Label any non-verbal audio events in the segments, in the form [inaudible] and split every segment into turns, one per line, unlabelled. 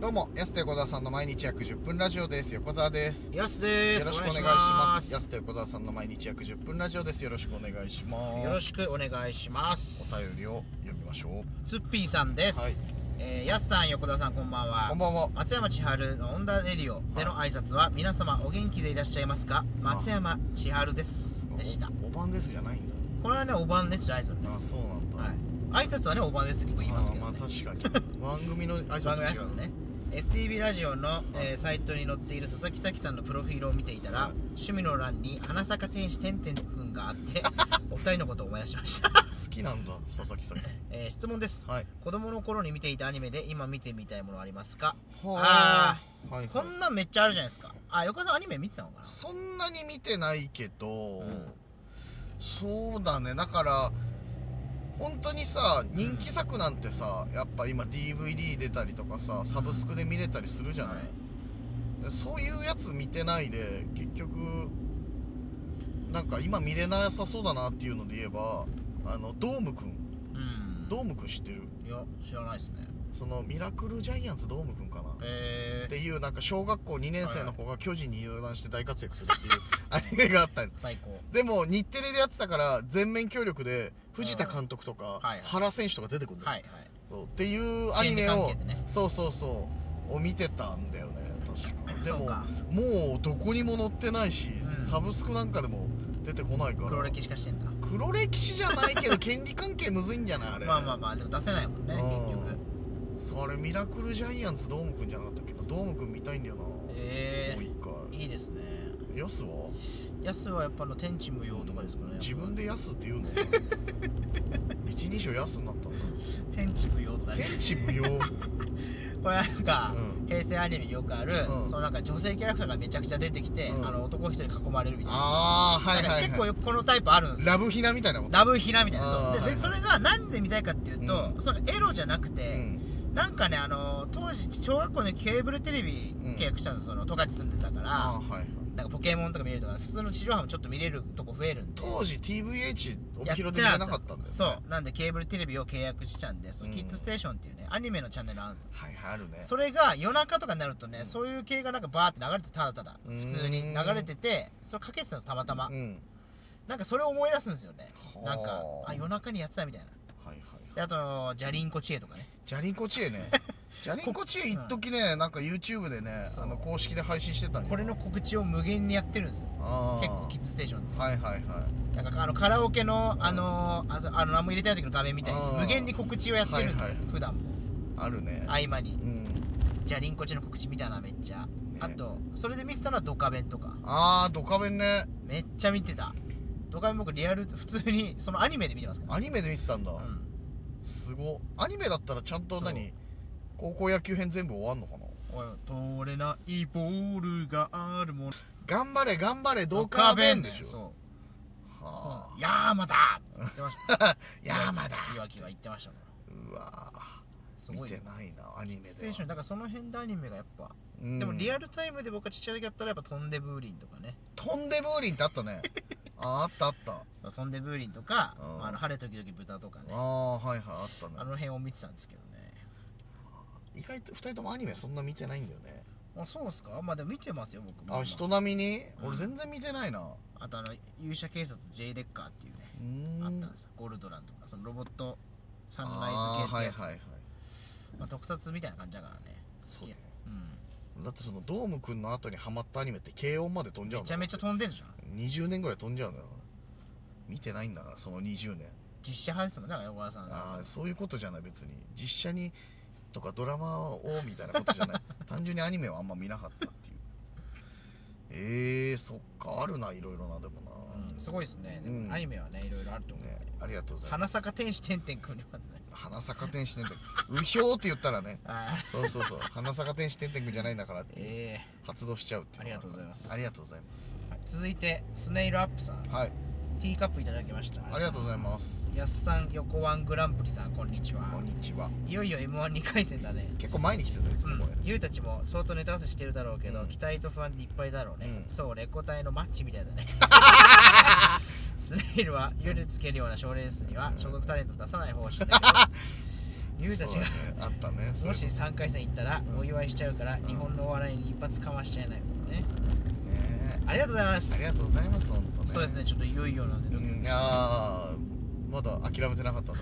どうも、安手横澤さんの毎日約10分ラジオです。横澤です。
やすで
よ
す。
ろしくお願いします。
よ
安手横澤さんの毎日約10分ラジオです。よろしくお願いします。
ろしくお願いします。
お便りを読みましょう。
ツッピーさんです。
はい
えーやすさん、横田さん、こんばんは。
こんばんは。
松山千春のオンダレディオでの挨拶は、皆様お元気でいらっしゃいますか松山千春です。でした。
おおばんですじゃないんだ。
これはね、おばんですじゃないですよね。
あ、そうなんだ。
はい。挨拶はね、おばんですって僕言いますけど、
あ
ね。
まあ確か
[laughs]
に。番組の挨
番
拶
組挨
違う
拶
の
ね。STB ラジオの、えーサイトに載っている佐々木咲さんのプロフィールを見ていたら、
はい
趣味の欄に花坂天使てんてんくんがあって
[laughs]
お二人のことを思い出しました、 [laughs]
好きなんだ、佐々木さん。
えー質問です、
はい。
子供の頃に見ていたアニメで今見てみたいものありますか
はあ。はい、
こ
はい
ん。なんめっちゃあるじゃないですかあ横田さんアニメ見てたのかな
そんなに見てないけど、
うん
そうだねだから本当にさ人気作なんてさ、やっぱ今 DVD 出たりとかさサブスクで見れたりするじゃない、でそういうやつ見てないで結局なんか今見れなさそうだなっていうので言えばあのドームくん
うん
ドームくん知ってる
いや知らないですね
そのミラクルジャイアンツドームくんかな
え
って
ー、
いうなんか小学校2年生の子が巨人に入団して大活躍するっていうアニメがあったり
最高
でも日テレでやってたから全面協力で藤田監督とか
はいはい
原選手とか出てくるんだよ、
はいはい
そうっていうアニメ
権利
を
関係でね
そうそうそうを見てたんだよね確かで
そう
も
か
もうどこにも載ってないし、
うん
サブスクなんかでも出てこないから
黒歴史化してんだ
黒歴史じゃないけど権利関係むずいんじゃないあれ
まあまあまあでも出せないもんね
うん
結局
それミラクルジャイアンツドームくんじゃなかったっけどドームくん見たいんだよな、
え
もう一
ー、いいですね
回ヤスは
ヤスはやっぱあの天地無用とかですかね
自分
で
でヤスって言う
[laughs]
の一人称ヤスになったんだ
天地無用とかね
天地無用
[laughs] これなんか、
うん
平成アニメによくある、
うん
そのなんか女性キャラクターがめちゃくちゃ出てきて、
うん
あの男一人囲まれるみたいな
ああはいはい、はい、
結構よくこのタイプあるんですよ
ラブヒナみたいなこと
ラブヒナみたい
あー
なそうで
はい
でそれがなんで見たいかっていうと、
うん
そのエロじゃなく
う
て、
ん
なんかねあの当時小学校でケーブルテレビ契約したんですよその十勝住んでたから、
あーはいはい
なんかポケモンとか見れるとか普通の地上波もちょっと見れるとこ増えるんで
当時 TVH 帯
やって
広で見れなかったんだよ、ね、
そうなんでケーブルテレビを契約したんでその
うん
キッズステーションっていうね、アニメのチャンネルあるんですよ
はいはいあるね
それが夜中とかになるとね、
うん
そういう系がなんかバーって流れてただただ
うーん
普通に流れててそれかけてたんですたまたま、
うん
なんかそれを思い出すんですよね
はあ
なんかあ夜中にやってたみたいな
はいはい
であとじゃりんこ知恵とかね
ジャリンコ知恵ね
[laughs]
ジャリンコ知恵一時ねなんか YouTube でね
そう
あの公式で配信してたんよ
これの告知を無限にやってるんですよ
あ
結構
ー
キッズステーションっ
はいはいは
てなんかあのカラオケの
ん
あのあそあの何も入れてない時の画面みたいに
あー
無限に告知をやってるんですよ、
はいはい
普段も
いあるね
合間
う
に
ん
じゃりんこ知恵の告知見たなめっちゃ、あとそれで見てたのはドカベンとか
ああドカベンね
めっちゃ見てたドカベン僕リアル普通にそのアニメで見てますから
アニメで見てたんだ、
うん
すごアニメだったらちゃんと
そ
何高校野球編全部終わんのかな
おい取れないボールがあるもの
頑張れ頑張れドカベンでしょ
そう
は
うんヤーマだ言ってまし
[laughs] あ
た
[laughs] 山だ
いわきは言ってましたから
うわ
す
見
ごい
て
よ
ないなアニメでは
ステーションだからその辺でアニメがやっぱ、
うん
でもリアルタイムで僕がちっちゃい時だったらやっぱ「飛んでブーリン」とかね
飛んでブーリンってあ
[laughs]
ったねああったあった
「飛んでブーリン」とか「
うん
あの晴れ時々豚」とかねあ
ああーはいはいあった
の
ね
辺を見てたんですけどね
意外と2人ともアニメそんな見てないんだよね
あそうっすかまあでも見てますよ僕も
あ人並みに
うん
俺全然見てないなう
あとあの勇者警察 J レッカーっていうね
ー
あったん
ん
ですよゴルドランとかそのロボットサン
あー
ライズ系っ
は
て
い
やつ、
はいはい
まあ、特撮みたいな感じだからね
そうね
うん
だってそのドームくんの後にハマったアニメって軽音まで飛んじゃう
め
の
ちゃめちゃ飛んでるじゃん
20年ぐらい飛んじゃうのよ見てないんだからその20年
実写派ですもんね横川さん
ああそういうことじゃない別に実写にとかドラマをみたいなことじゃない
[laughs]
単純にアニメはあんま見なかったっていうえー、そっかあるないろいろなでもな、
うんすごいですねで
うん
もアニメはねいろいろあると思う、
ねありがとうございます
花坂天使てんてんくんにまずね
花坂天使天天君うひょうって言ったらね
あ
そうそうそう花坂天使天天君じゃないんだからっていう
え
発動しちゃうっていうのが
ありがとうございます
ありがとうございます
え続いてスネイルアップさん
はい
ティーカップいただきました
ありがとうございます
やっさん横ワングランプリさんこんにちは
こんにちはい
よいよ m 1 2回戦だね
結構前に来てたやつ
う
ねこれ、
ん、ゆうたちも相当ネタ合わせしてるだろうけど、
うん
期待と不安でいっぱいだろうね、
うん
そうレコ隊のマッチみたいだ
[laughs]
ねスネイルはゆるつけるような賞レースには所属タレント出さない方針だけど
[laughs]
ゆうたちが
そうだねあったねそれ
もし3回戦行ったら
うん
お祝いしちゃうから
うん
日本のお笑いに一発かましちゃえないもんね
ね
ありがとうございます
ありがとうございます本当ね
そうですねちょっといよいよなんでドキドキ
うんいやーまだ諦めてなかったと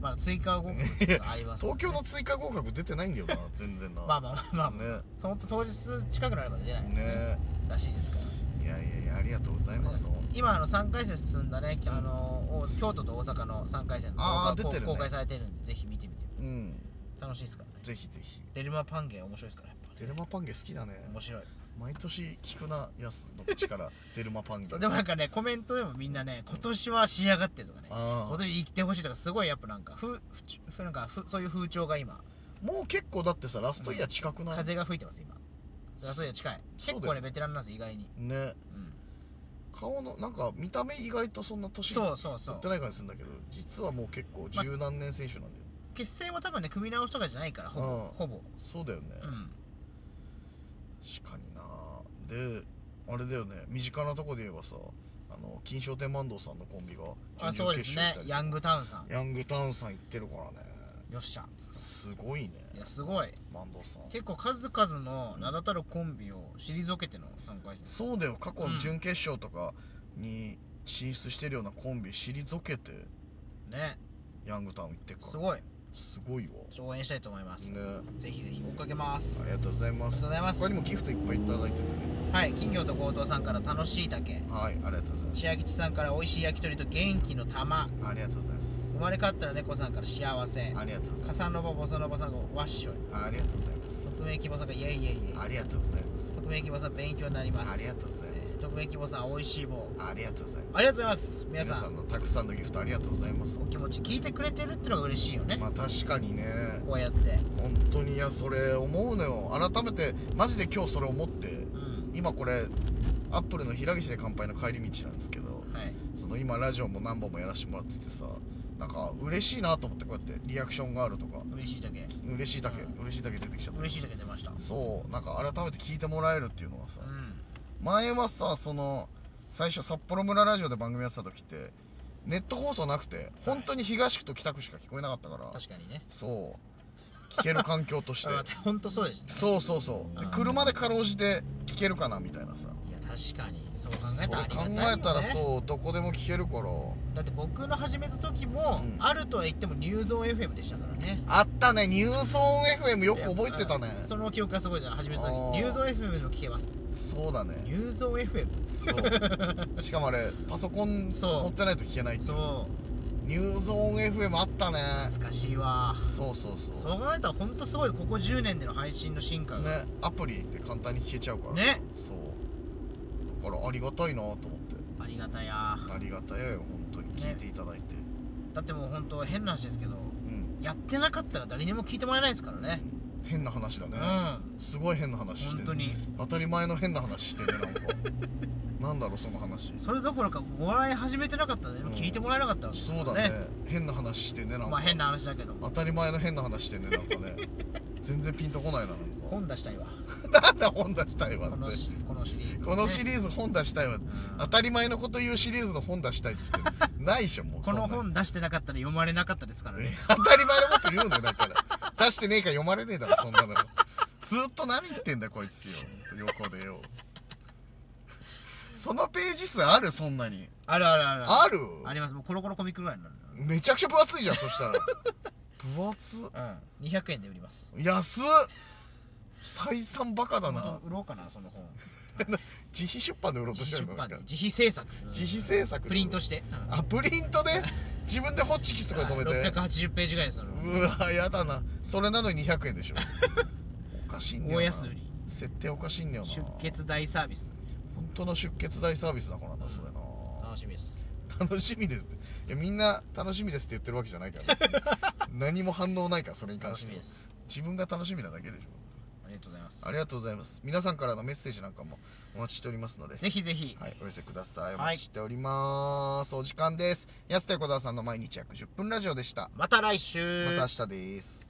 まあ追加合格がありますも
[laughs]
ん
東京
ね
の追加合格出てないんだよ
[laughs]
な全然な
まあまあまあまあ
ね
ほんと当日近くなれば出ない
ね
らしいですから
いやいやいやありがとうございます
今あの3回戦進んだね、きあのお京都と大阪の3回戦の動画
あー
がこう
出てるね
公開されてるんでぜひ見てみて
うん
楽しいですからね
ぜひぜひ
デルマパンゲン面白いですからやっぱね
デルマパンゲ好きだね
面白い
毎年聞くなやすの口
[laughs]
からデルマパンゲ
そうでもなんかねコメントでもみんなね今年は仕上がってるとかね
あ
今
ー
年行ってほしいとかすごいやっぱなんかふふちふなんかふそういう風潮が今
もう結構だってさラストイヤー近くない
風が吹いてます今だからそういうの近い
そうだ
結
よ
構ねベテランなんです意外に、
ね
うん、
顔のなんか見た目意外とそんな年
そうそうそ
取
う
ってない感じするんだけど実はもう結構十何年選手なんだよ
決戦は多分ね組み直しとかじゃないからほぼ
うん
ほぼ
そうだよね
うん
確かになであれだよね身近なとこで言えばさあの金賞天満堂さんのコンビが
あそうですねヤン
グ
グタウンさん
ヤングタウンさん行ってるからね
よっしゃっつって
すごいね
いやすごい
満堂さん
結構数々の名だたるコンビを退けての3回戦
そうだよ過去
う
の
ん
準決勝とかに進出してるようなコンビ退けて
ね
ヤングタウン行ってるから
すごい
すごいわ
ちょっと応援したいと思います、
ね
ぜひぜひ追っかけます
ありがとうございます
ありがとうございます
他にもギフトいっぱいいただいててね
はい金魚と強盗さんから楽しい竹
はいありがとうございます
千吉さんから美味しい焼き鳥と元気の玉
ありがとうございます
生まれ変わったら猫さんから幸せ
ありがとうござい
カ
ます
サノバボサノバさんがわっしょい
ありがとうございます
匿名希望さんがイエイイエイイエイ
ありがとうございます
匿名希望さん勉強になります
ありがとうございます
えー匿名希望さん美味しい棒
ありがとうございます
ありがとうございます皆
皆
さん
さんのたくさんのギフトありがとうございます
お気持ち聞いてくれてるってのが嬉しいよね、
まあ確かにね
こうやって
本当にいやそれ思うのよ改めてマジで今日それ思って
うん
今これアップルの平岸で乾杯の帰り道なんですけど
はい
その今ラジオも何本もやらせてもらっててさなんか嬉しいなと思ってこうやってリアクションがあるとか
嬉しいだけ
嬉しいだけ
うん
嬉しいだけ出てきちゃった
嬉しいだけ出ました
そうなんか改めて聞いてもらえるっていうのはさ、
うん
前はさその最初札幌村ラジオで番組やってた時ってネット放送なくて本当に東区と北区しか聞こえなかったから、
確かにね
そう聞ける環境と
[laughs]
して
本当そうですね
そうそうそうで
うん
車でかろうじて聞けるかなみたいなさ
いや確かにそう考えたらありが
そ
た
う
いよ、ね、
考えたらそうどこでも聞けるから
だって僕の始めた時も、
うん
あるとは言ってもニューゾーン FM でしたからね
あったねニューゾーン FM よく覚えてたね
うんその記憶がすごいじゃん始めた時
あー
ニューゾーン FM の聞けます
そうだ
ニ
ね
ューゾーン FM [laughs]
そうしかもあれパソコン
そう
持ってないと聞けないっていう
そう
ニューゾーン FM あったね
懐かしいわ
そうそうそう
そう考えたら本当すごいここ10年での配信の進化
ね、
が
アプリって簡単に聞けちゃうから
ね
そうだからありがたいなと思って
ありがたや
ありがたいよ本当に
ね
聞いていただいて、
だってもう本当変な話ですけど
うん
やってなかったら誰にも聞いてもらえないですからね
変な話だ
うん
ね、すごい変な話して
本
る
当に
当たり前の変な話してる
[laughs]
ねなんかなんだろうその話
それどころかお笑い始めてなかったらでも聞いてもらえなかったわけですか
そう
ら
だ
ね,、
ね変な話してねなんか、
まあ変な話だけど
当たり前の変な話してねなんかね全然ピンとこないななんか
本出したいわ
[laughs] なんだ本出したいわっ
こ
て
のしこのシリーズ、
[laughs]
ね、
このシリ
ズ、
ーズ本出したいわ当たり前のこと言うシリーズの本出したいっつって
[laughs]
ないでしょもう
この
そんな
本出してなかったら読まれなかったですからね
当たり前のこと言うのよだから出してねえから読まれねえだろそんなのずっと何言ってんだよこいつよ横でよそのページ数あるそんなに
あるあるある
ある
ありますもうコロコロコミックぐらいになる
めちゃくちゃ分厚いじゃんそしたら分厚
うん200円で売ります
安っ採算バカだ
本
な
当売ろうかなその本
自費出版で売ろうとし
自
てる
費出
の
版で
なんか
自費制作
[laughs] 自費制作で
プリントして
あプリントで自分でホッチキスとかで止めて
680ページぐらいですよ
うわやだなそれなのに200円でしょ
[laughs]
おかしいんだよ
大
な
安売り
設定おかしいんだよな
出血大サービス
本当の出血大サービスだからなそれな、
楽しみです
楽しみですっていやみんな楽しみですって言ってるわけじゃないから別に
[laughs]
何も反応ないからそれに関
楽
し
してみ
は
です
自分が楽しみなだけでし
ありがとうございます
ょありがとうございます皆さんからのメッセージなんかもお待ちしておりますので
ぜひぜひ
はい、お寄せください。お
はい
待ちしております。お時間です。安田横澤さんの毎日約10分ラジオでした。
また来週
また明日です。